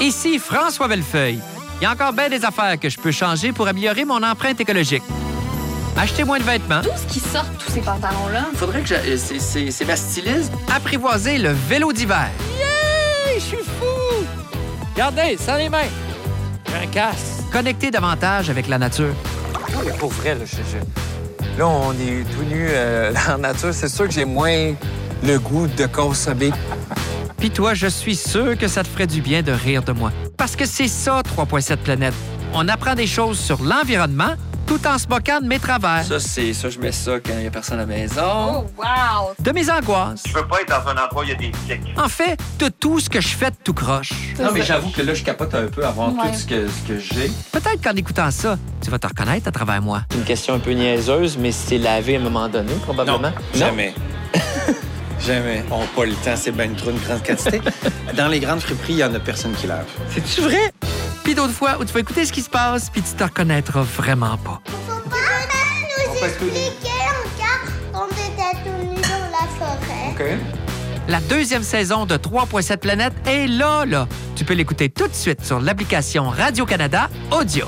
Ici François Bellefeuille. Il y a encore bien des affaires que je peux changer pour améliorer mon empreinte écologique. Acheter moins de vêtements, D'où ce qui sort tous ces pantalons-là? Faudrait que je... c'est- C'est c'est ma styliste. apprivoiser le vélo d'hiver, je suis fou! Regardez, sans les mains. J'ai un casse. connecter davantage avec la nature. Non, mais pour vrai, là, je- je- là, on est tout nu euh, dans la nature. C'est sûr que j'ai moins le goût de consommer. Puis toi, je suis sûr que ça te ferait du bien de rire de moi. Parce que c'est ça, 3.7 Planète. On apprend des choses sur l'environnement tout en se moquant de mes travers, Ça, c'est ça, je mets ça quand il n'y a personne à la maison. Oh, wow! de mes angoisses, Je veux pas être dans un endroit où il y a des tics. en fait, de tout ce que je fais de tout croche. Non, mais j'avoue que là, je capote un peu à voir Ouais. tout ce que, ce que j'ai. Peut-être qu'en écoutant ça, tu vas te reconnaître à travers moi. C'est une question un peu niaiseuse, mais c'est lavé à un moment donné, probablement. Jamais. Jamais. On n'a pas le temps, c'est ben trop une grande quantité. Dans les grandes friperies, il n'y en a personne qui lave. C'est vrai? Puis d'autres fois où tu vas écouter ce qui se passe, puis tu te reconnaîtras vraiment pas. nous expliquer encore qu'on était tout nus dans la forêt. La deuxième saison de 3.7 Planète est là, là. Tu peux l'écouter tout de suite sur l'application Radio-Canada Audio.